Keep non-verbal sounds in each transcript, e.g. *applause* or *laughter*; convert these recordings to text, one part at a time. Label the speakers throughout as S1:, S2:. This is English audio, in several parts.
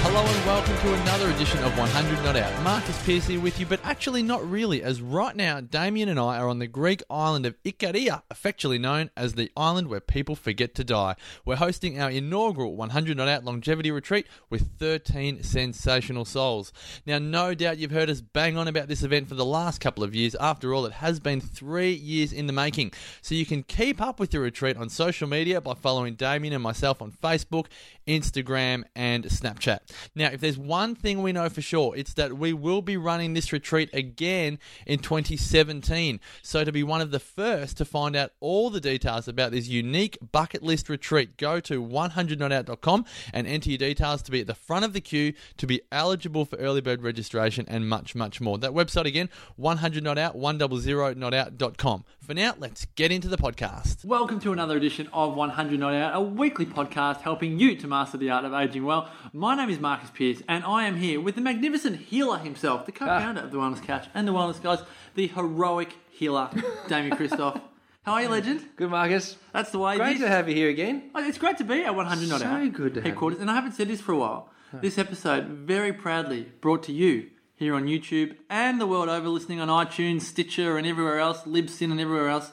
S1: Hello and welcome to another edition of 100 Not Out. Marcus Pierce here with you, but actually not really, as right now Damien and I are on the Greek island of Ikaria, affectionately known as the island where people forget to die. We're hosting our inaugural 100 Not Out longevity retreat with 13 sensational souls. Now, no doubt you've heard us bang on about this event for the last couple of years. After all, it has been three years in the making. So you can keep up with the retreat on social media by following Damien and myself on Facebook, Instagram, and Snapchat. Now, if there's one thing we know for sure, it's that we will be running this retreat again in 2017. So, to be one of the first to find out all the details about this unique bucket list retreat, go to 100notout.com and enter your details to be at the front of the queue to be eligible for early bird registration and much, much more. That website again, 100notout, 100notout.com. For now, let's get into the podcast.
S2: Welcome to another edition of 100 Not Out, a weekly podcast helping you to master the art of aging well. My name is Marcus Pierce, and I am here with the magnificent healer himself,
S3: Ah.
S2: the co founder of The Wellness Couch and The Wellness Guys, the heroic
S3: *laughs*
S2: healer, Damien Christoph. How are you, legend?
S3: Good, Marcus.
S2: That's the way it
S3: Great
S2: is.
S3: to have you here again.
S2: Oh, It's great to be at 100 Not
S3: So
S2: Out
S3: good to have
S2: headquarters, and I haven't said this for a while. This episode, very proudly brought to you here on YouTube and the world over, listening on iTunes, Stitcher, and everywhere else, Libsyn, and everywhere else,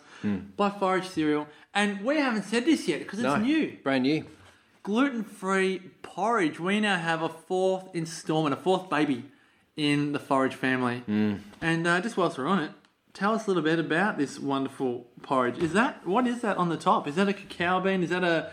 S2: by Forage Cereal. And we haven't said this yet because it's
S3: Hmm. No,
S2: new.
S3: Brand new.
S2: Gluten free porridge. We now have a fourth installment, a fourth baby in the forage family.
S3: Mm.
S2: And uh, just whilst we're on it, tell us a little bit about this wonderful porridge. Is that what is that on the top? Is that a cacao bean? Is that a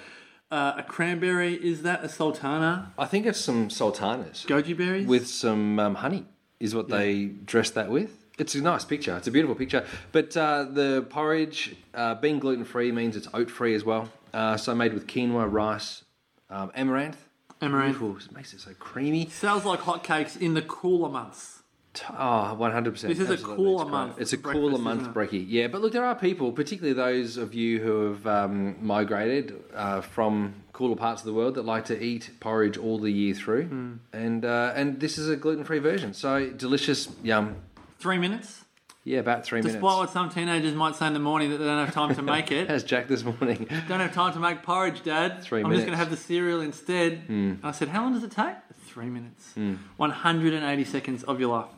S2: uh, a cranberry? Is that a sultana?
S3: I think it's some sultanas
S2: Goji berries?
S3: with some um, honey, is what they dress that with. It's a nice picture. It's a beautiful picture. But uh, the porridge, uh, being gluten free, means it's oat free as well. Uh, so made with quinoa, rice, um, amaranth.
S2: Amaranth.
S3: Beautiful. It makes it so creamy.
S2: Sounds like hotcakes in the cooler months.
S3: T- Oh, 100%. This
S2: is a cooler month
S3: It's a
S2: for
S3: cooler
S2: breakfast,
S3: month
S2: isn't it?
S3: brekkie. Yeah, but look, there are people, particularly those of you who have um, migrated uh, from cooler parts of the world that like to eat porridge all the year through.
S2: Hmm.
S3: And uh, and this is a gluten free version. So delicious, yum.
S2: Three minutes.
S3: Yeah, about three
S2: Despite
S3: minutes.
S2: what some teenagers might say in the morning that they don't have time to make
S3: *laughs*
S2: it.
S3: As Jack this morning.
S2: Don't have time to make porridge, Dad.
S3: Three
S2: I'm just going to
S3: minutes. Hmm.
S2: have the cereal instead. And I said, How long does it take? Three minutes. 180 seconds of
S3: *laughs*
S2: your life.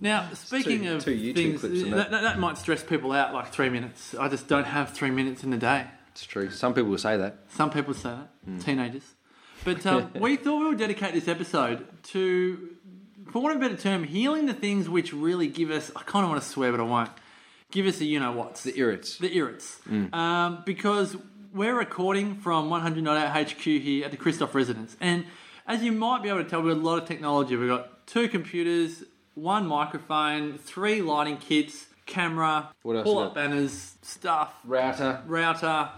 S2: now, speaking
S3: two-
S2: of
S3: two YouTube
S2: things,
S3: clips in
S2: that,
S3: that.
S2: that, that might stress people out like three minutes. I just don't have three minutes in the day.
S3: It's true. Some people will say that.
S2: Some people say that,
S3: Hmm.
S2: teenagers. But
S3: *laughs*
S2: um, we thought we would dedicate this episode to, for want of a better term, healing the things which really give us, I kind of want to swear, but I won't, give us a you know what.
S3: The irrits.
S2: The Irrits.
S3: Mm.
S2: Um, because we're recording from 198 HQ here at the Christoph Residence. And as you might be able to tell, we've got a lot of technology. We've got two computers, one microphone, three lighting kits, camera,
S3: What else
S2: pull
S3: we
S2: up
S3: got?
S2: banners, stuff,
S3: Router.
S2: router,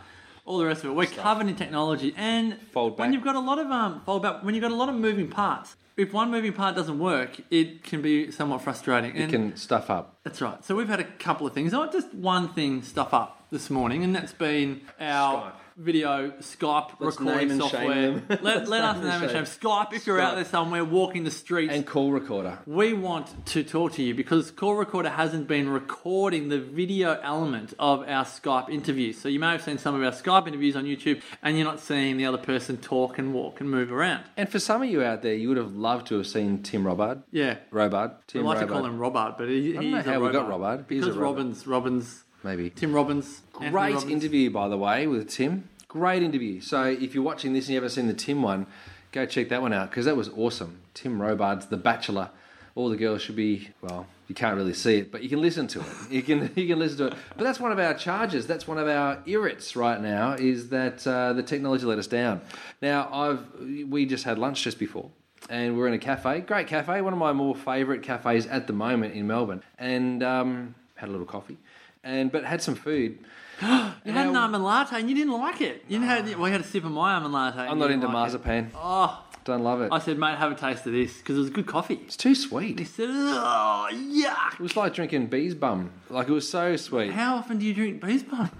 S2: all the rest of it. We're covered in technology and
S3: Fold
S2: When
S3: back.
S2: you've got a lot of um, fold back, when you've got a lot of moving parts, if one moving part doesn't work, it can be somewhat frustrating.
S3: You
S2: And
S3: can stuff up.
S2: that's right. So we've had a couple of things, not just one thing stuff up this morning, and that's been our
S3: Skype.
S2: video Skype
S3: Let's
S2: recording
S3: name and shame
S2: software.
S3: them.
S2: let let us
S3: *laughs* Name and
S2: name and shame
S3: shame.
S2: Skype if you're out
S3: Skype.
S2: there somewhere walking the streets.
S3: And call recorder.
S2: we want to talk to you because Call Recorder hasn't been recording the video element of our Skype interviews. So you may have seen some of our Skype interviews on YouTube and you're not seeing the other person talk and walk and move around.
S3: And for some of you out there, you would have loved to have seen Tim Robard.
S2: Yeah.
S3: Robard. Tim
S2: We like
S3: Robard.
S2: to call him Robart, but he,
S3: don't
S2: he's
S3: know
S2: a
S3: how we
S2: robot.
S3: got Robart. He's a
S2: Because
S3: robot.
S2: Robbins, Robbins,
S3: Maybe.
S2: Tim Robbins. Anthony
S3: Great
S2: Robbins.
S3: interview, by the way, with Tim. Great interview. So if you're watching this and you haven't seen the Tim one, go check that one out because that was awesome. Tim Robards, The Bachelor. All the girls should be well. You can't really see it, but you can listen to it. *laughs* You can you can listen to it. But that's one of our charges. That's one of our irrits right now. Is that uh, the technology let us down? Now I've we just had lunch just before, and we're in a cafe. Great cafe. One of my more favourite cafes at the moment in Melbourne. And um, had a little coffee, and but had some food.
S2: You had an
S3: Now-
S2: almond latte and you didn't like it. You didn't had, well, you had a sip of my almond latte.
S3: I'm not into marzipan.
S2: Oh,
S3: Don't love it.
S2: I said, mate, have a taste of this because it was good coffee.
S3: It's too sweet.
S2: He
S3: It
S2: said, oh, yuck.
S3: was like drinking bees bum. Like it was so sweet.
S2: How often do you drink bees bum?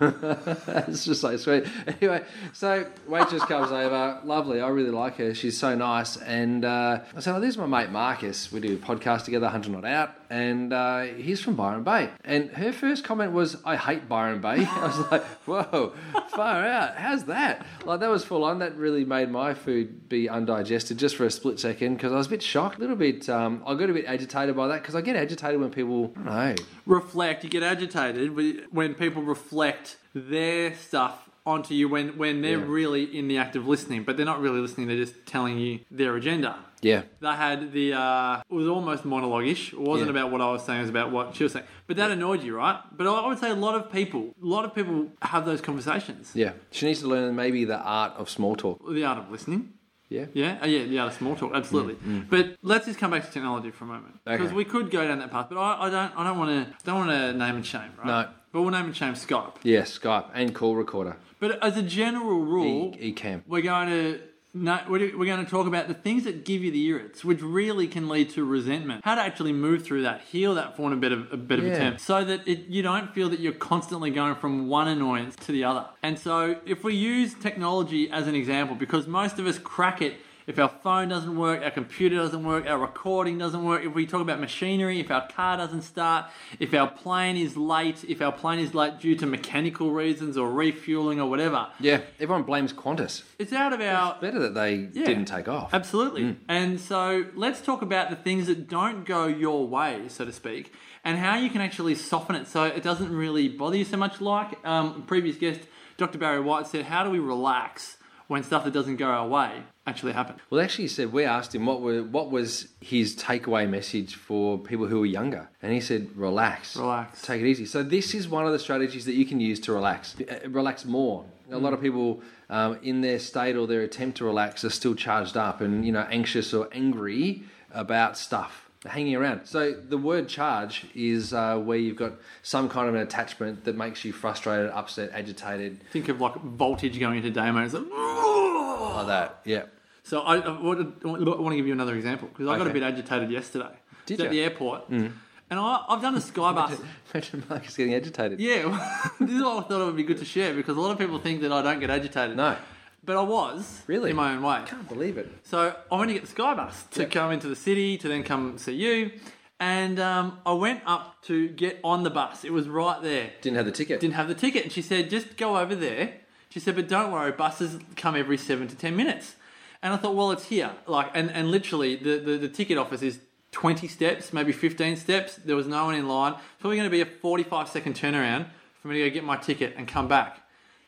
S3: it's just so sweet. *laughs* Anyway, so waitress comes over. Lovely. I really like her. She's so nice. And uh, I said, oh, this is my mate Marcus. We do a podcast together, Hunter Not Out. And uh, he's from Byron Bay. And her first comment was, I hate Byron Bay. *laughs* I was like, whoa, far out. How's that? Like, that was full on. That really made my food be undigested just for a split second because I was a bit shocked, a little bit, um, I got a bit agitated by that because I get agitated when people, I don't know,
S2: *laughs* reflect, you get agitated but when people reflect their stuff onto you when, when they're
S3: Yeah.
S2: really in the act of listening, but they're not really listening, they're just telling you their agenda.
S3: yeah.
S2: They had the, uh, it was almost monologue ish. It wasn't
S3: Yeah.
S2: about what I was saying, it was about what she was saying. But that annoyed you, right? But I I would say a lot of people, a lot of people have those conversations.
S3: Yeah. She needs to learn maybe the art of small talk.
S2: The art of listening.
S3: Yeah. Mm,
S2: Yeah, oh, yeah, yeah, the small talk, absolutely. But let's just come back to technology for a moment because
S3: Okay.
S2: we could go down that path. But I, I don't, I don't want to, don't want to name and shame, right?
S3: No.
S2: But we'll name and shame Skype.
S3: Yeah, Skype and call recorder.
S2: But as a general rule,
S3: E- eCam.
S2: we're going to. No, we're we're going to talk about the things that give you the irrits, which really can lead to resentment. How to actually move through that, heal that for a bit of a bit of
S3: Yeah.
S2: a temp, so that it, you don't feel that you're constantly going from one annoyance to the other. And so, if we use technology as an example, because most of us crack it if our phone doesn't work, our computer doesn't work, our recording doesn't work, if we talk about machinery, if our car doesn't start, if our plane is late, if our plane is late due to mechanical reasons or refueling or whatever,
S3: Yeah, everyone blames Qantas.
S2: it's out of our.
S3: Better that they
S2: Yeah.
S3: didn't take off. Mm.
S2: Absolutely. And so let's talk about the things that don't go your way, so to speak, and how you can actually soften it so it doesn't really bother you so much. Like um, previous guest, Dr. Barry White said, how do we relax when stuff that doesn't go our way actually happens?
S3: Well, actually, he said we asked him what were what was his takeaway message for people who were younger, and he said relax,
S2: Relax.
S3: take it easy. So this is one of the strategies that you can use to relax, Uh, relax more. A lot of
S2: Mm-hmm.
S3: people um, in their state or their attempt to relax are still charged up and you know anxious or angry about stuff hanging around. So the word charge is uh, where you've got some kind of an attachment that makes you frustrated, upset, agitated,
S2: Think of like voltage going into demo. *laughs* It's like,
S3: like that. Yeah.
S2: So I, I want to give you another example because I got a
S3: Okay.
S2: bit agitated yesterday.
S3: Did
S2: It's at
S3: ya?
S2: the airport, and I, I've done a skybus.
S3: Imagine Marcus getting agitated.
S2: *laughs* yeah, *laughs* this is what I thought it would be good to share because a lot of people think that I don't get agitated.
S3: No.
S2: but I was
S3: Really?
S2: in my own way.
S3: I can't believe it.
S2: So I went to get the Skybus to come into the city to then come see you, and um, I went up to get on the bus. It was right there.
S3: Didn't have the ticket.
S2: didn't have the ticket. And she said, just go over there. She said, but don't worry, buses come every seven to 10 minutes. And I thought, well, it's here. Like, and, and literally the, the, the ticket office is 20 steps, maybe 15 steps. There was no one in line. Probably going to be a 45 second turnaround for me to go get my ticket and come back.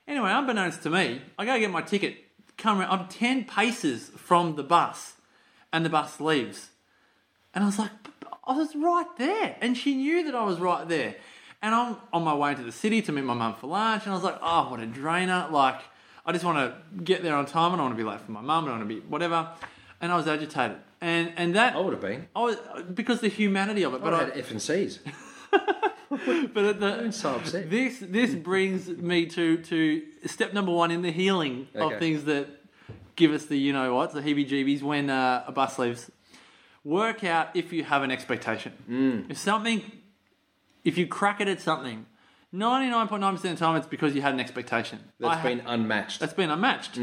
S2: Anyway, unbeknownst to me, I go get my ticket. Come around, I'm 10 paces from the bus and the bus leaves. And I was like, "But- but I was right there. And she knew that I was right there. And I'm on my way into the city to meet my mum for lunch. And I was like, oh, what a drainer. Like, I just want to get there on time. I don't want to be late for my mum. I don't want to be whatever. And I was agitated. And, and that.
S3: I Oh, would have been.
S2: I was, because the humanity of it. But
S3: But
S2: I,
S3: I had F and *laughs* C's.
S2: but at the,
S3: so upset.
S2: This this brings me to to step number one in the healing
S3: Okay.
S2: of things that give us the you know what the heebie-jeebies when uh, a bus leaves. Work out if you have an expectation.
S3: Mm.
S2: If something, if you crack it at something, ninety nine point nine percent of the time it's because you had an expectation.
S3: That's
S2: I-
S3: been Mm. unmatched.
S2: that's been unmatched.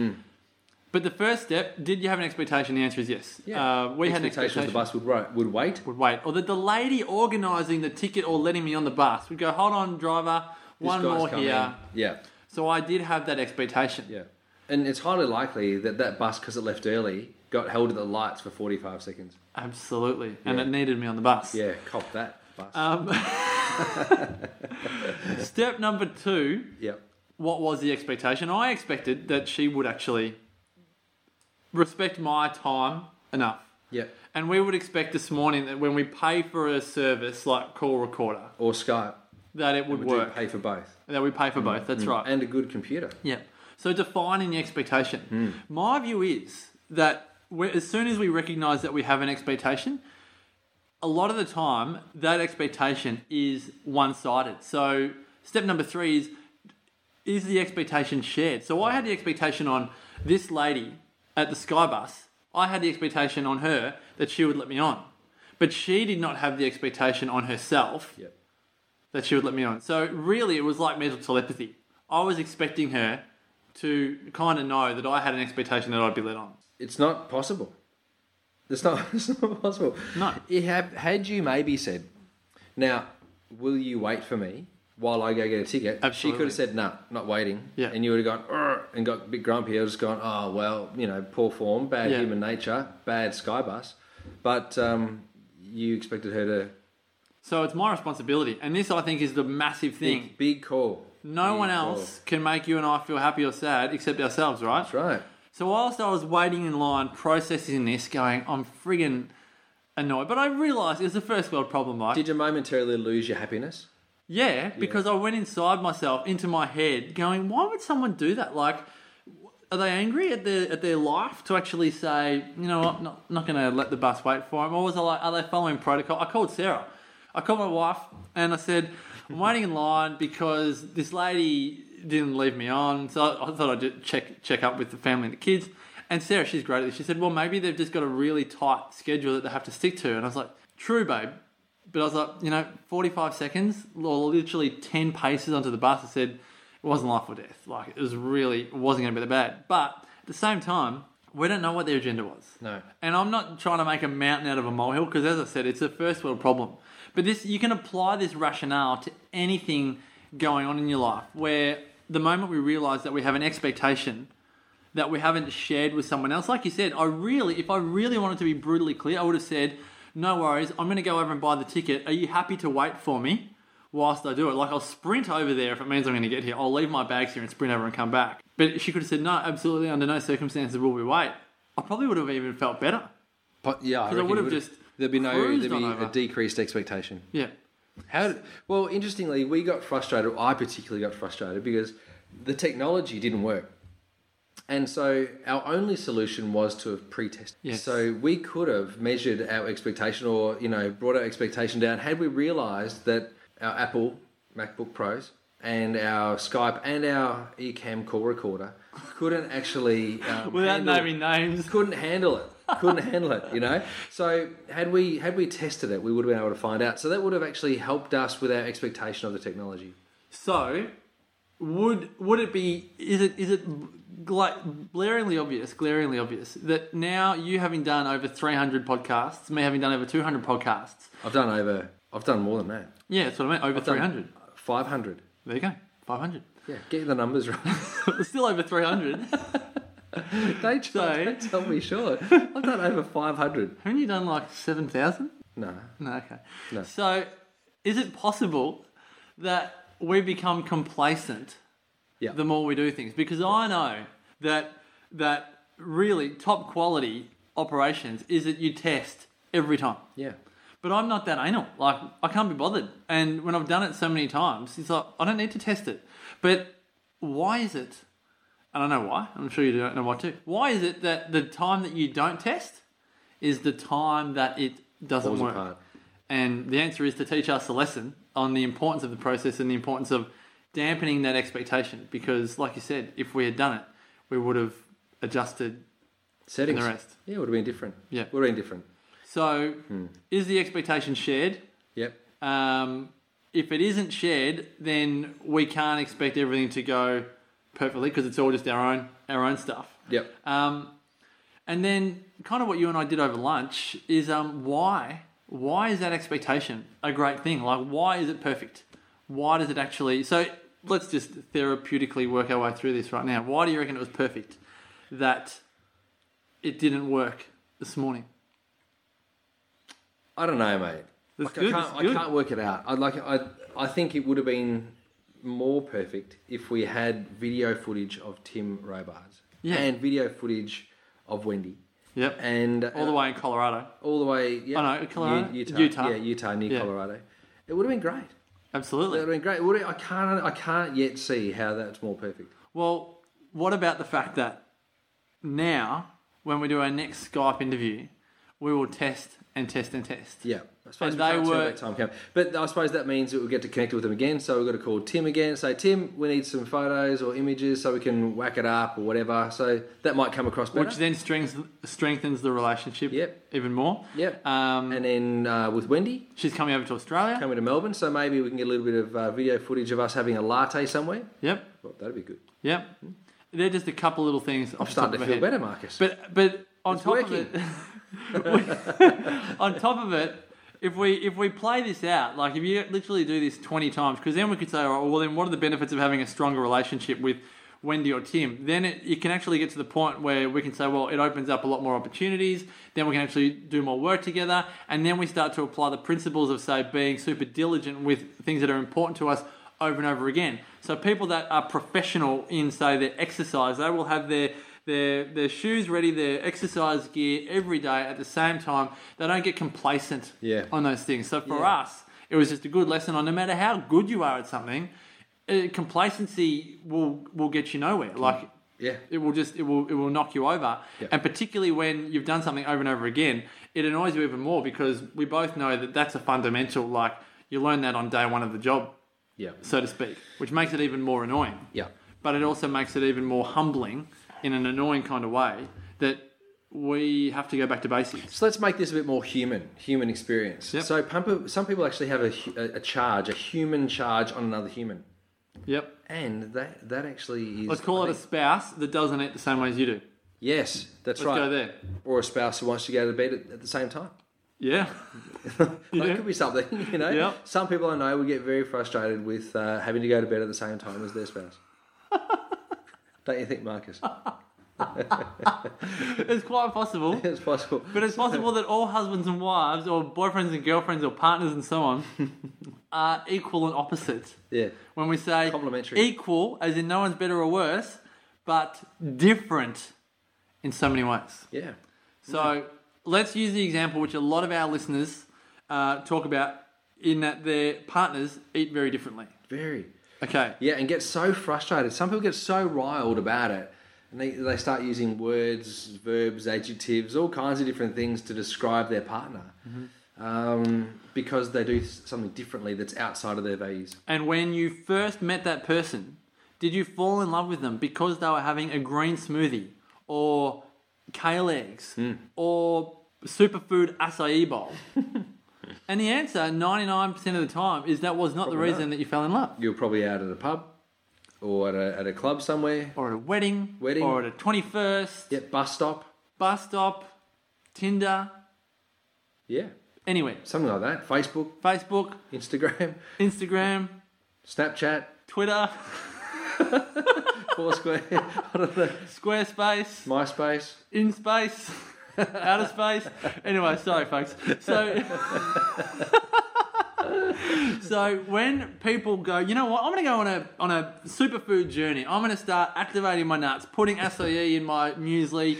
S2: But the first step, did you have an expectation? The answer is yes. Uh, we had an
S3: Expectations
S2: expectation
S3: The bus would, ri- would wait.
S2: would wait, or that the lady organising the ticket or letting me on the bus would go, "Hold on, driver,
S3: This
S2: one
S3: guy's
S2: more
S3: come
S2: here."
S3: in. Yeah,
S2: So I did have that expectation.
S3: yeah. And it's highly likely that that bus, because it left early, got held at the lights for 45 seconds.
S2: Absolutely, and
S3: Yeah.
S2: it needed me on the bus. Um,
S3: Yeah, cop that bus.
S2: Uh, *laughs* Step number two:
S3: yep.
S2: What was the expectation? I expected that she would actually respect my time enough,
S3: Yep.
S2: and we would expect this morning that when we pay for a service like call recorder,
S3: Or Skype.
S2: that it would
S3: We do
S2: work.
S3: pay Mm-hmm. for both.
S2: That we pay for both. That's right.
S3: And a good computer.
S2: Yeah. So defining the expectation. My view is that we- as soon as we recognize that we have an expectation, a lot of the time that expectation is one sided. So step number three is is the expectation shared? So I had the expectation on this lady at the Skybus. I had the expectation on her that she would let me on, but she did not have the expectation on herself
S3: Yep.
S2: that she would let me on. So really, it was like mental telepathy. I was expecting her to kind of know that I had an expectation that I'd be let on.
S3: It's not possible. It's not, *laughs* it's not possible.
S2: No.
S3: It have, had you maybe said, now, will you wait for me while I go get a ticket? She
S2: Absolutely.
S3: could have said, no, not waiting.
S2: Yeah.
S3: And you would have gone, "Urgh," and got a bit grumpy. I would have just gone, oh, well, you know, poor form, bad
S2: Yeah.
S3: human nature, bad Skybus. But um, you expected her to.
S2: So it's my responsibility, and this I think is the massive thing.
S3: Big, big call.
S2: No
S3: Big
S2: one
S3: call.
S2: else can make you and I feel happy or sad except ourselves, right?
S3: That's right.
S2: So whilst I was waiting in line, processing this, going, I'm friggin' annoyed. But I realised it was a first world problem, Mike.
S3: Did you momentarily lose your happiness?
S2: yeah, because I went inside myself, into my head, going, why would someone do that? Like, w- are they angry at their at their life to actually say, you know what, not, not going to let the bus wait for them? Or was I like, are they following protocol? I called Sarah. I called my wife and I said, I'm waiting in line because this lady didn't leave me on. So I I thought I'd just check, check up with the family and the kids. And Sarah, she's great at this. She said, well, maybe they've just got a really tight schedule that they have to stick to. And I was like, true, babe. But I was like, you know, 45 seconds, or literally 10 paces onto the bus, I said, it wasn't life or death. Like, it was really, it wasn't going to be that bad. But at the same time, we don't know what their agenda was.
S3: No.
S2: And I'm not trying to make a mountain out of a molehill because, as I said, it's a first world problem. But this, you can apply this rationale to anything going on in your life where the moment we realize that we have an expectation that we haven't shared with someone else. Like you said, I really, if I really wanted to be brutally clear, I would have said, no worries, I'm going to go over and buy the ticket. Are you happy to wait for me whilst I do it? Like, I'll sprint over there if it means I'm going to get here. I'll leave my bags here and sprint over and come back. But she could have said, no, absolutely, under no circumstances will we wait. I probably would have even felt better.
S3: Po- yeah, I
S2: I
S3: reckon
S2: would
S3: you
S2: have
S3: would've-
S2: just
S3: There'd be no.
S2: cruised
S3: There'd be
S2: on
S3: a
S2: over.
S3: decreased expectation.
S2: Yeah.
S3: How? Did, well, interestingly, we got frustrated. I particularly got frustrated because the technology didn't work, and so our only solution was to have pre-tested.
S2: Yes.
S3: So we could have measured our expectation, or you know, brought our expectation down had we realised that our Apple MacBook Pros and our Skype and our eCam call recorder couldn't actually um,
S2: Without
S3: handle-
S2: naming names.
S3: couldn't handle it. Couldn't handle it, you know. So had we had we tested it, we would have been able to find out. So that would have actually helped us with our expectation of the technology.
S2: So, would would it be? Is it is it like glaringly obvious? Glaringly obvious that now you having done over three hundred podcasts, me having done over two hundred podcasts.
S3: I've done over. I've done more than that.
S2: Yeah, that's what I meant. Over three hundred.
S3: Five hundred.
S2: There you go. Five hundred. *laughs*
S3: Yeah, get the numbers right. *laughs*
S2: Still over three hundred.
S3: they just
S2: So-
S3: don't tell me short. I've done over five hundred.
S2: Haven't you done like seven thousand?
S3: No,
S2: No. Okay.
S3: No.
S2: So, is it possible that we become complacent?
S3: yeah,
S2: the more we do things because I know that that really top quality operations is that you test every time.
S3: yeah,
S2: But I'm not that anal. Like I can't be bothered. And when I've done it so many times, it's like I don't need to test it. But why is it? And I know why. I'm sure you don't know why too. Why is it that the time that you don't test is the time that it doesn't
S3: Falls
S2: work?
S3: apart.
S2: And the answer is to teach us a lesson on the importance of the process and the importance of dampening that expectation. Because, like you said, if we had done it, we would have adjusted.
S3: settings.
S2: rest.
S3: Yeah, would have been different.
S2: Yeah.
S3: would have been different.
S2: So, is the expectation shared?
S3: Yep.
S2: Um, if it isn't shared, then we can't expect everything to go perfectly because it's all just our own our own stuff.
S3: Yep.
S2: Um, and then, kind of what you and I did over lunch is um, why why is that expectation a great thing? Like, why is it perfect? Why does it actually? So let's just therapeutically work our way through this right now. Why do you reckon it was perfect that it didn't work this morning?
S3: I don't know, mate.
S2: That's
S3: Like,
S2: good,
S3: I
S2: that's
S3: can't, I
S2: good.
S3: can't work it out. I like. I I think it would have been more perfect if we had video footage of Tim Robards
S2: Yeah.
S3: and video footage of Wendy
S2: Yep,
S3: and uh,
S2: all the way in Colorado.
S3: all the way. Yeah,
S2: Oh, no, Colorado?
S3: U- Utah,
S2: Utah.
S3: Yeah, Utah near
S2: Yeah.
S3: Colorado. It would have been great. It
S2: Absolutely.
S3: would have been great. It would have- I can't. I can't yet see how that's more perfect.
S2: Well, what about the fact that now, when we do our next Skype interview, we will test and test and test.
S3: Yeah. I
S2: And
S3: suppose we
S2: they
S3: can't turn
S2: were-
S3: back time, can we? But I suppose that means that we'll get to connect with them again. So we've got to call Tim again. Say, Tim, we need some photos or images so we can whack it up or whatever. So that might come across better.
S2: Which then strengths, strengthens the relationship
S3: Yep.
S2: even more.
S3: Yep.
S2: Um,
S3: and then uh, with Wendy
S2: she's coming over to Australia.
S3: coming to Melbourne, so maybe we can get a little bit of uh, video footage of us having a latte somewhere.
S2: Yep.
S3: Well, that'd be good.
S2: Yep. They're just a couple little things.
S3: I'm starting to feel better, Marcus.
S2: But but on
S3: It's
S2: top of
S3: working.
S2: it, *laughs* on top of it, if we if we play this out, like if you literally do this twenty times, because then we could say, all right, well, then what are the benefits of having a stronger relationship with Wendy or Tim? Then it, you can actually get to the point where we can say, well, it opens up a lot more opportunities. Then we can actually do more work together, and then we start to apply the principles of say being super diligent with things that are important to us over and over again. So people that are professional in say their exercise, they will have their their their shoes ready, their exercise gear every day at the same time. They don't get complacent
S3: Yeah.
S2: on those things. So for us, it was just a good lesson on no matter how good you are at something, uh, complacency will will get you nowhere. Like
S3: Yeah.
S2: it will just it will it will knock you over.
S3: Yep.
S2: And particularly when you've done something over and over again, it annoys you even more because we both know that that's a fundamental. Like you learn that on day one of the job,
S3: yeah.
S2: so to speak, which makes it even more annoying.
S3: Yeah.
S2: But it also makes it even more humbling in an annoying kind of way that we have to go back to basics.
S3: So let's make this a bit more human, human experience.
S2: Yep.
S3: So pump, some people actually have a, hu- a, a charge, a human charge on another human.
S2: Yep.
S3: And that, that actually is.
S2: Let's call it a spouse that doesn't eat the same way as you do.
S3: Yes, that's
S2: Let's
S3: right.
S2: go there.
S3: Or a spouse who wants to go to bed at, at the same time.
S2: Yeah. *laughs*
S3: That could be something, *laughs* you know.
S2: Yep.
S3: Some people I know would get very frustrated with uh, having to go to bed at the same time as
S2: *laughs*
S3: their spouse. Don't you think, Marcus? *laughs*
S2: it's quite possible.
S3: It's possible.
S2: But it's possible that all husbands and wives, or boyfriends and girlfriends, or partners and so on, are equal and opposite.
S3: yeah.
S2: When we say
S3: Complementary.
S2: E- equal, as in no one's better or worse, but different in so many ways.
S3: Yeah.
S2: So let's use the example which a lot of our listeners uh, talk about in that their partners eat very differently.
S3: Very.
S2: Okay.
S3: Yeah, and get so frustrated. Some people get so riled about it. And they, they start using words, verbs, adjectives, all kinds of different things to describe their partner.
S2: Mm-hmm.
S3: Um, because they do something differently that's outside of their values.
S2: And when you first met that person, did you fall in love with them because they were having a green smoothie or kale eggs
S3: Hmm.
S2: or superfood acai
S3: *laughs*
S2: bowl? and the answer, 99% of the time, is that was not the
S3: Probably
S2: reason
S3: not.
S2: that you fell in love.
S3: You're probably out at a pub or at a, at a club somewhere.
S2: Or at a wedding,
S3: Wedding.
S2: or at a 21st,
S3: Yeah, bus stop.
S2: bus stop, Tinder,
S3: Yeah,
S2: anyway,
S3: something like that. Facebook,
S2: Facebook,
S3: Instagram, *laughs*
S2: Instagram,
S3: Snapchat,
S2: Twitter, *laughs*
S3: Foursquare, *laughs* I don't know,
S2: Squarespace.
S3: MySpace.
S2: in *laughs* space, out of space. Anyway, sorry, folks. So, *laughs* so when people go, you know what? I'm going to go on a on a superfood journey. I'm going to start activating my nuts, putting acai in my muesli,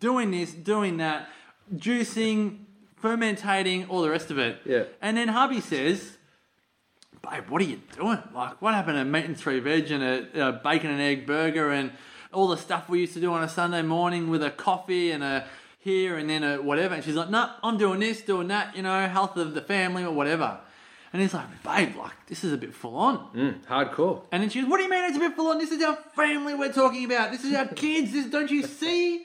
S2: doing this, doing that, juicing, fermentating, all the rest of it.
S3: Yeah.
S2: And then hubby says. Babe, what are you doing? Like, what happened to meat and three veg and a, a bacon and egg burger and all the stuff we used to do on a Sunday morning with a coffee and a here and then a whatever? And she's like, no, I'm doing this, doing that, you know, health of the family or whatever. And he's like, babe, like, this is a bit full on.
S3: Hardcore.
S2: And then she goes, what do you mean it's a bit full on? This is our family we're talking about. This is our kids. This, don't you see?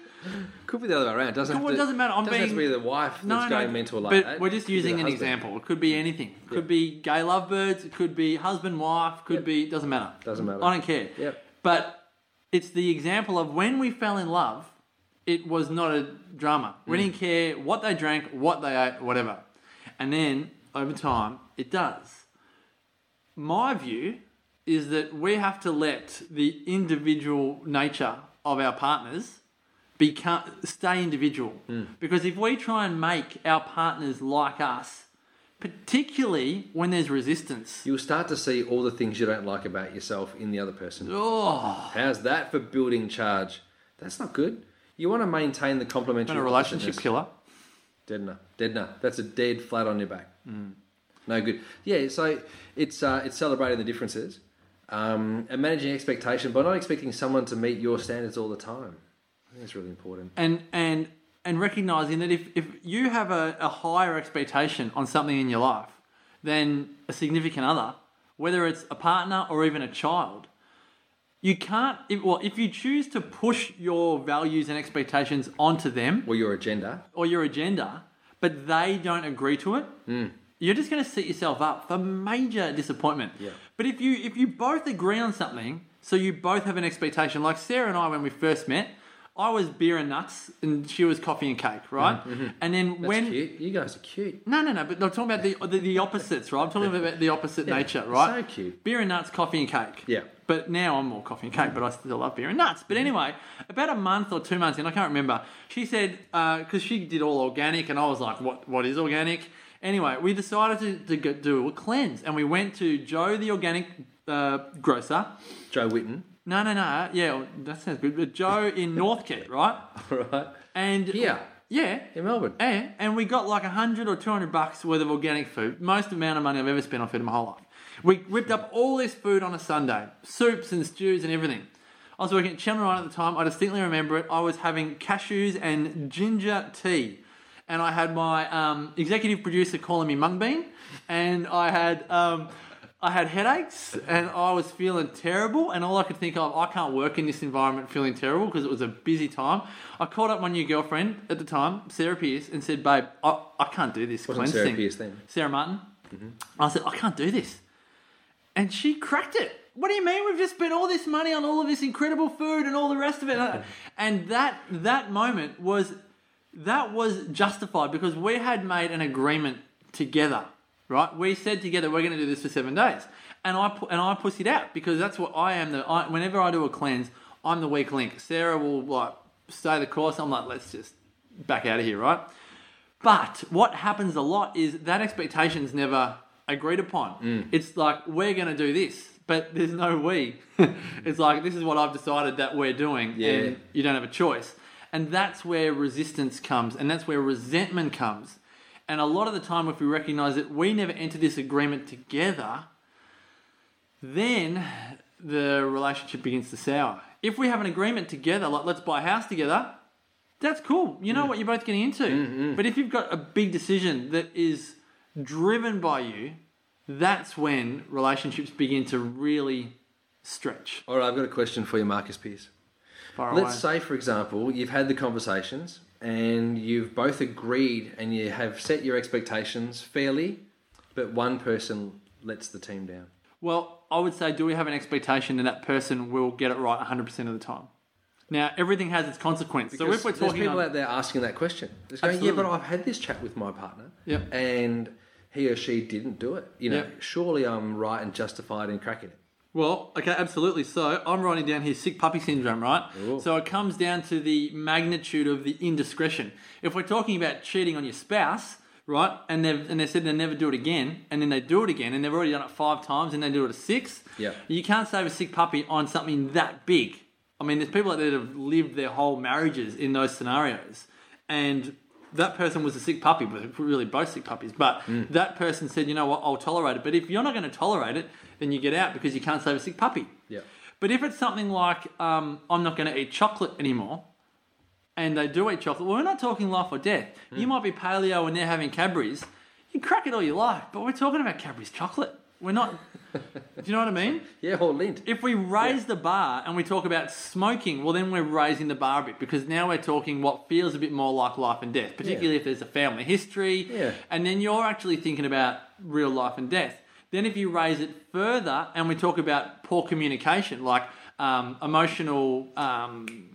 S3: Could be the other way around. Doesn't have
S2: Well, it
S3: to,
S2: doesn't matter. I'm
S3: doesn't have to be
S2: being-
S3: the wife that's going mental
S2: but
S3: like that.
S2: We're just
S3: Could be the
S2: using an
S3: husband.
S2: example. It could be anything. It could be gay lovebirds. It could be husband, wife. Could be doesn't matter.
S3: Doesn't matter.
S2: Mm. I don't care.
S3: Yep.
S2: But it's the example of when we fell in love. It was not a drama. We
S3: Mm.
S2: didn't care what they drank, what they ate, whatever. And then over time, it does my view is that we have to let the individual nature of our partners become stay individual because if we try and make our partners like us particularly when there's resistance
S3: You'll start to see all the things you don't like about yourself in the other person.
S2: oh
S3: How's that for building charge? That's not good. You want to maintain the complementary
S2: and a relationship
S3: oppositeness.
S2: killer
S3: Deadner, deadner. That's a dead flat on your back.
S2: Mm.
S3: No good. Yeah, so it's uh, it's celebrating the differences um, and managing expectation by not expecting someone to meet your standards all the time. I think that's really important.
S2: and and and recognizing that if, if you have a, a higher expectation on something in your life than a significant other, whether it's a partner or even a child, you can't, if, well, if you choose to push your values and expectations onto them
S3: Well, your agenda.
S2: or your agenda, but they don't agree to it, you're just going to set yourself up for major disappointment.
S3: Yeah.
S2: But if you if you both agree on something, so you both have an expectation, like Sarah and I when we first met, I was beer and nuts, and she was coffee and cake, right? And then
S3: Mm-hmm. That's
S2: when
S3: cute. You guys are cute.
S2: no, no, no. But I'm talking about the the, the opposites, right? I'm talking about the opposite nature, right?
S3: so cute.
S2: Beer and nuts, coffee and cake.
S3: Yeah. Mm-hmm.
S2: But now I'm more coffee and cake, but I still love beer and nuts. But anyway, about a month or two months in, I can't remember. She said because she did all organic, and I was like, what What is organic? Anyway, we decided to, to go, do a cleanse, and we went to Joe the organic uh, grocer.
S3: Joe Witten,
S2: No, no, no. Yeah, that sounds good. But Joe in Northcote, right?
S3: right?
S2: And
S3: Here.
S2: yeah,
S3: In Melbourne.
S2: yeah, and we got like 100 or 200 bucks worth of organic food. Most amount of money I've ever spent on food in my whole life. We whipped up all this food on a Sunday soups and stews and everything. I was working at Channel 9 at the time. I distinctly remember it. I was having cashews and ginger tea. And I had my um, executive producer calling me Mung Bean. And I had. Um, I had headaches and I was feeling terrible, and all I could think of, I can't work in this environment feeling terrible because it was a busy time. I called up my new girlfriend at the time, Sarah Pierce, and said, "Babe, I, I can't do this
S3: Wasn't
S2: cleanse
S3: Sarah
S2: thing."
S3: Pierce Mm-hmm. then?
S2: Sarah Martin. I said, "I can't do this," and she cracked it. What do you mean? We've just spent all this money on all of this incredible food and all the rest of it, and that that moment was that was justified because we had made an agreement together, right? We said together we're going to do this for seven days, and I pu- and I pussied out because that's what I am. The I, whenever I do a cleanse, I'm the weak link. Sarah will like stay the course. I'm like, let's just back out of here, right? But what happens a lot is that expectation's never agreed upon. It's like we're going to do this, but there's no we. *laughs* it's like this is what I've decided that we're doing,
S3: Yeah.
S2: and you don't have a choice. And that's where resistance comes, and that's where resentment comes. And a lot of the time, if we recognize that we never enter this agreement together, then the relationship begins to sour. If we have an agreement together, like let's buy a house together, that's cool. You
S3: Mm.
S2: know what you're both getting into.
S3: Mm-hmm.
S2: But if you've got a big decision that is driven by you, that's when relationships begin to really stretch
S3: All right, I've got a question for you, Marcus Pierce.
S2: far away.
S3: Let's say, for example, you've had the conversations and you've both agreed and you have set your expectations fairly, but one person lets the team down.
S2: Well, I would say, do we have an expectation that that person will get it right 100% of the time? Now, everything has its consequence. so if
S3: Because
S2: we're
S3: there's
S2: talking
S3: people
S2: on-
S3: out there asking that question. There's going, yeah,
S2: Absolutely.
S3: but I've had this chat with my partner,
S2: Yep.
S3: and he or she didn't do it. You know,
S2: Yep.
S3: surely I'm right and justified in cracking it.
S2: Well, okay, absolutely. So I'm writing down here sick puppy syndrome, right? So it comes down to the magnitude of the indiscretion. If we're talking about cheating on your spouse, right, and they've and they said they'll never do it again, and then they do it again, and they've already done it five times, and they do it a six,
S3: Yeah.
S2: you can't save a sick puppy on something that big. I mean, there's people out there that have lived their whole marriages in those scenarios, and that person was a sick puppy, but really both sick puppies. But
S3: Mm.
S2: that person said, you know what, I'll tolerate it. But if you're not going to tolerate it, then you get out because you can't save a sick puppy.
S3: Yeah.
S2: But if it's something like, um, I'm not going to eat chocolate anymore, and they do eat chocolate, well, we're not talking life or death.
S3: Hmm.
S2: You might be paleo and they're having Cadbury's. You crack it all you like, but we're talking about Cadbury's chocolate. We're
S3: *laughs*
S2: not. do you know what I mean?
S3: Yeah, or lint.
S2: If we raise the bar and we talk about smoking, well, then we're raising the bar a bit because now we're talking what feels a bit more like life and death, particularly if there's a family history.
S3: Yeah.
S2: And then you're actually thinking about real life and death. Then if you raise it further and we talk about poor communication, like um, emotional. Um,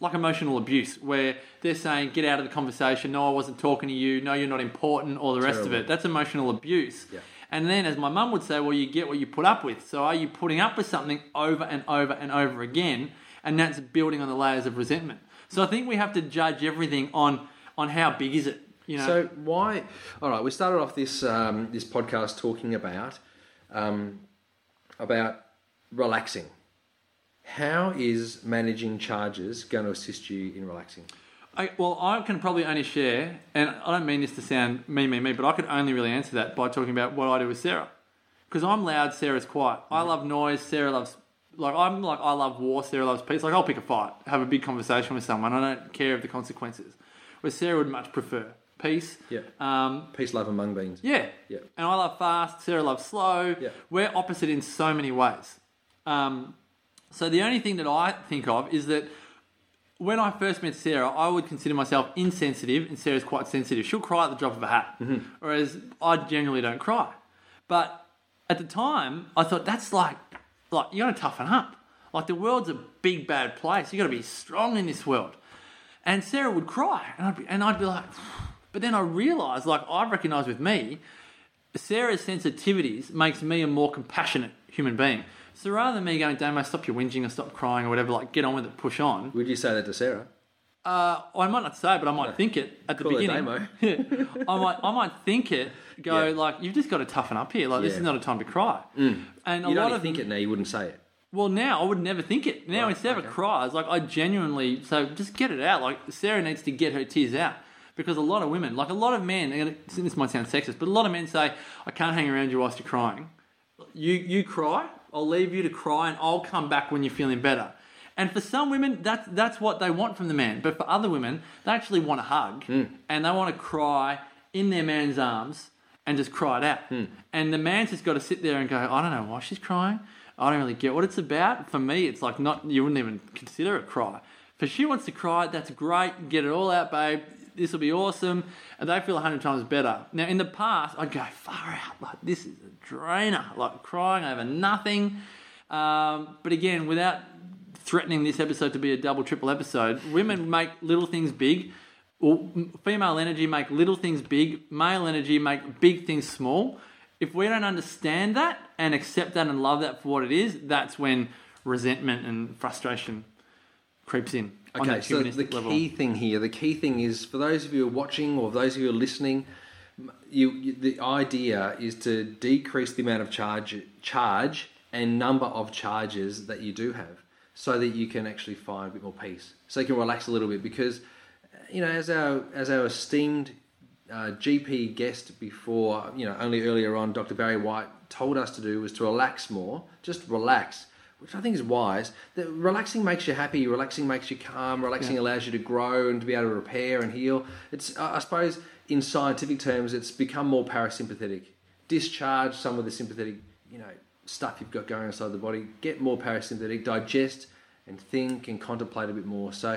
S2: like emotional abuse, where they're saying, "Get out of the conversation." No, I wasn't talking to you. No, you're not important. All the rest of
S3: Terrible.
S2: it. That's emotional abuse. And then, as my mum would say, well, you get what you put up with. So, are you putting up with something over and over and over again? And that's building on the layers of resentment. So, I think we have to judge everything on on how big is it. You know,
S3: So why? All right, we started off this um, this podcast talking about um, about relaxing. How is managing charges going to assist you in relaxing?
S2: I, well, I can probably only share, and I don't mean this to sound me, me, me, but I could only really answer that by talking about what I do with Sarah. Because I'm loud, Sarah's quiet. I love noise, Sarah loves. Like I'm like I love war, Sarah loves peace. Like I'll pick a fight, have a big conversation with someone. I don't care of the consequences. where Sarah would much prefer peace.
S3: Yeah.
S2: Um,
S3: Peace, love, and mung beans.
S2: yeah.
S3: Yeah.
S2: And I love fast. Sarah loves slow.
S3: Yeah.
S2: We're opposite in so many ways. Um, so the only thing that I think of is that when I first met Sarah, I would consider myself insensitive, and Sarah's quite sensitive. She'll cry at the drop of a hat,
S3: Mm-hmm.
S2: whereas I generally don't cry. But at the time, I thought that's like, like you got to toughen up. Like the world's a big bad place. You got to be strong in this world. And Sarah would cry, and I'd be, and I'd be like, *sighs* but then I realised, like I've recognised with me, Sarah's sensitivities makes me a more compassionate human being. So rather than me going, Damo, stop your whinging or stop crying or whatever, like get on with it, push on.
S3: Would you say that to Sarah?
S2: Uh, I might not say it, but I might think it at the
S3: Call her
S2: beginning. *laughs*
S3: Damo.
S2: I might, I might think it. Go
S3: Yeah.
S2: like you've just got to toughen up here. Like this
S3: Yeah. Mm.
S2: is not a time to cry. And a
S3: You
S2: lot
S3: don't
S2: of
S3: think it now, you wouldn't say it.
S2: well, now I would never think it. Now
S3: Right,
S2: instead of
S3: okay.
S2: it cries, like I genuinely so just get it out. Like Sarah needs to get her tears out because a lot of women, like a lot of men, and this might sound sexist, but a lot of men say, "I can't hang around you whilst you're crying. You you cry, I'll leave you to cry, and I'll come back when you're feeling better." And for some women, that's that's what they want from the man. But for other women, they actually want a hug and they want to cry in their man's arms and just cry it out. And the man's just got to sit there and go, I don't know why she's crying. I don't really get what it's about. For me, it's like not you wouldn't even consider it cry. For she wants to cry, that's great. Get it all out, babe. This will be awesome, and they feel a hundred times better. Now, in the past, I'd go far out like this is a drainer, like crying over nothing. Um, but again, without threatening this episode to be a double triple episode, women make little things big. Or female energy make little things big. Male energy make big things small. If we don't understand that and accept that and love that for what it is, that's when resentment and frustration creeps in. on
S3: Okay,
S2: that
S3: so the
S2: humanistic
S3: key
S2: level.
S3: thing here, the key thing is for those of you who are watching or those of you who are listening, m- you, you the idea is to decrease the amount of charge charge and number of charges that you do have, so that you can actually find a bit more peace, so you can relax a little bit because, you know, as our as our esteemed uh, GP guest before, you know, only earlier on, Dr. Barry White told us to do was to relax more, just relax, which I think is wise. That relaxing makes you happy, relaxing makes you calm, relaxing allows you to grow and to be able to repair and heal. It's, I I suppose, in scientific terms, it's become more parasympathetic. Discharge some of the sympathetic, you know, stuff you've got going inside the body. Get more parasympathetic, digest and think and contemplate a bit more. So,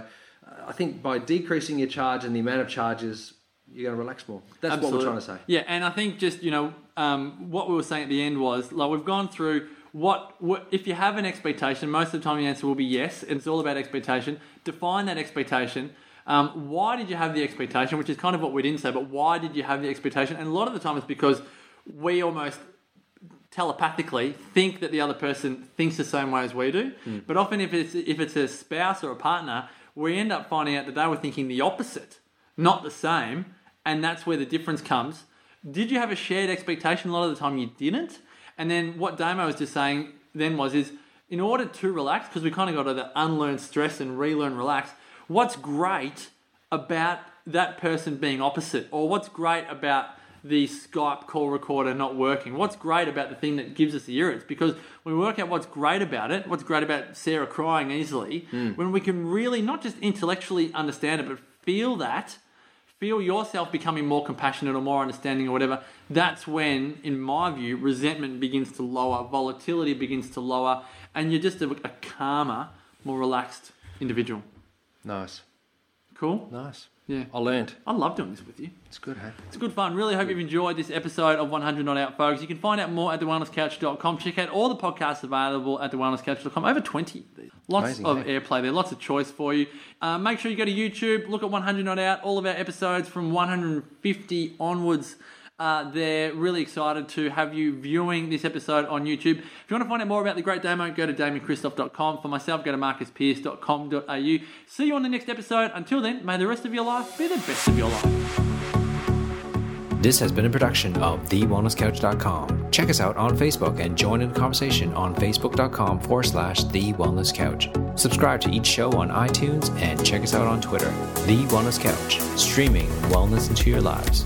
S3: uh, I think by decreasing your charge and the amount of charges, you're going to relax more. That's what we're
S2: Absolutely.
S3: trying to say.
S2: Yeah, and I think just you know um, what we were saying at the end was like we've gone through what, what if you have an expectation. Most of the time, the answer will be yes, and it's all about expectation. Define that expectation. Um, why did you have the expectation? Which is kind of what we didn't say, but why did you have the expectation? And a lot of the time, it's because we almost telepathically think that the other person thinks the same way as we do. But often, if it's if it's a spouse or a partner, we end up finding out that they were thinking the opposite, not the same, and that's where the difference comes. Did you have a shared expectation? A lot of the time, you didn't. And then what Damo was just saying then was is in order to relax, because we kind of got to the unlearn stress and relearn relax. What's great about that person being opposite, or what's great about the Skype call recorder not working. What's great about the thing that gives us the irrits? Because when we work out what's great about it, what's great about Sarah crying easily, when we can really not just intellectually understand it, but feel that, feel yourself becoming more compassionate or more understanding or whatever, that's when, in my view, resentment begins to lower, volatility begins to lower, and you're just a, a calmer, more relaxed individual.
S3: Nice,
S2: Cool?
S3: nice.
S2: Yeah.
S3: I learned.
S2: I love doing this with you.
S3: It's good, hey.
S2: It's good fun. Really hope you've enjoyed this episode of 100 Not Out, folks. You can find out more at thewellnesscouch.com. Check out all the podcasts available at thewellnesscouch.com. Over 20. Lots
S3: Amazing,
S2: of
S3: hey?
S2: airplay there. Lots of choice for you. Uh, make sure you go to YouTube. Look at 100 Not Out. All of our episodes from 150 onwards. Uh, they're really excited to have you viewing this episode on YouTube. If you want to find out more about the great Damo, go to damienchristoff.com. For myself, go to marcuspierce.com.au. See you on the next episode. Until then, may the rest of your life be the best of your life.
S4: This has been a production of TheWellnessCouch.com. Check us out on Facebook and join in the conversation on Facebook.com forward slash The Wellness Couch. Subscribe to each show on iTunes and check us out on Twitter. The Wellness Couch, streaming wellness into your lives.